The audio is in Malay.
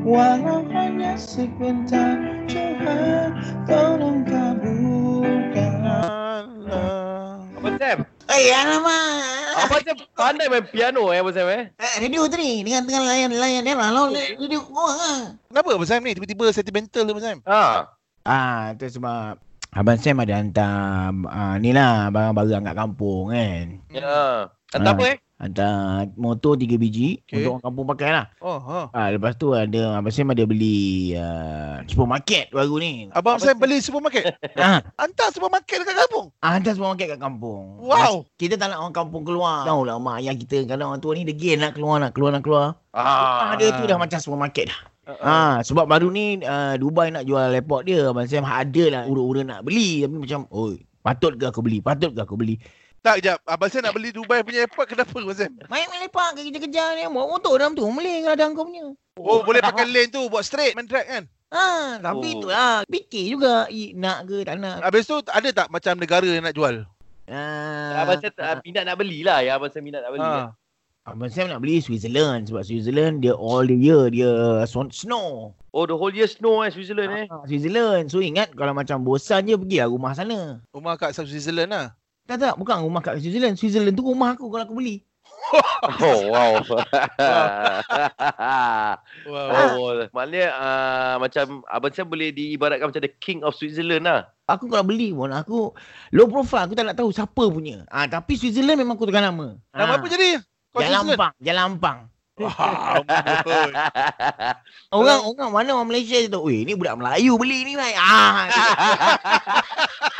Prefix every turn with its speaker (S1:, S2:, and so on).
S1: Walau hanya sepintas curhat Kau dan kabulkan
S2: Apa Sam?
S3: Eh, alamak.
S2: Apa Sam pandai main piano eh Abang Sam eh?
S3: Eh, radio tadi dengan tengah layan-layan dia lah. Lalu radio korang lah.
S4: Kenapa Abang Sam ni tiba-tiba sentimental Abang Sam?
S2: Ha.
S1: Ah, tu sebab Abang Sam ada hantar ah, ni lah barang-barang kat kampung kan.
S2: Ya. Hantar
S1: Ah.
S2: apa eh?
S1: Hantar motor tiga biji
S4: Okey.
S1: okay. untuk orang kampung pakai lah.
S4: Oh, ha.
S1: Ah, lepas tu ada Abang Sam ada beli ah, supermarket baru ni.
S4: Abang,
S2: Abang
S4: Sam beli supermarket.
S1: ah,
S4: Hantar supermarket dekat kampung.
S1: ah, hantar supermarket kat kampung.
S4: Wow.
S1: Kita tak nak orang kampung keluar. Tahu lah mak ayah kita kadang orang tua ni degil nak keluar nak keluar nak keluar. Ah, dia tu dah macam supermarket dah.
S2: Ah.
S1: Ah, sebab baru ni uh, Dubai nak jual airport dia. Abang Sam ada lah ura-ura nak beli tapi macam oi patut ke aku beli? Patut ke aku beli?
S4: Tak, kejap. Abang Sam nak beli Dubai punya airport. Kenapa Abang Sam?
S1: Main main lepak kejar-kejar ni bawa motor dalam tu. Melih kalau ada kau punya.
S4: Oh, boleh pakai lane tu. Buat straight, main drag kan?
S1: Ha, tapi
S2: Oh.
S1: oh. itulah. Fikir juga i, nak ke tak nak.
S4: Habis tu ada tak macam negara yang nak jual?
S1: Ah,
S2: Abang Sam ah, minat nak beli lah ya. Abang Sam minat nak beli.
S4: Ha.
S1: Ah, Abang Sam nak beli Switzerland sebab Switzerland dia all the year dia swan- snow.
S2: Oh the whole year snow eh Switzerland eh.
S1: Ah, Switzerland. So ingat kalau macam bosan je pergi lah rumah sana.
S4: Rumah kat South Switzerland lah.
S1: Tak tak, bukan rumah kat Switzerland. Switzerland tu rumah aku kalau aku beli.
S2: Oh wow.
S4: Wow.
S2: oh, maknanya ah, macam Abang Sam boleh diibaratkan macam the king of Switzerland lah.
S1: Aku kalau beli pun aku low profile aku tak nak tahu siapa punya. Ah tapi Switzerland memang aku tukar nama.
S4: Nama
S1: Ah,
S4: apa jadi? Kau
S1: Jalan
S4: Switzerland?
S1: Lampang, Jalan Lampang.
S4: Wah, amboi.
S1: Orang orang mana orang Malaysia tu, "Weh, ni budak Melayu beli ni, mai." Ah.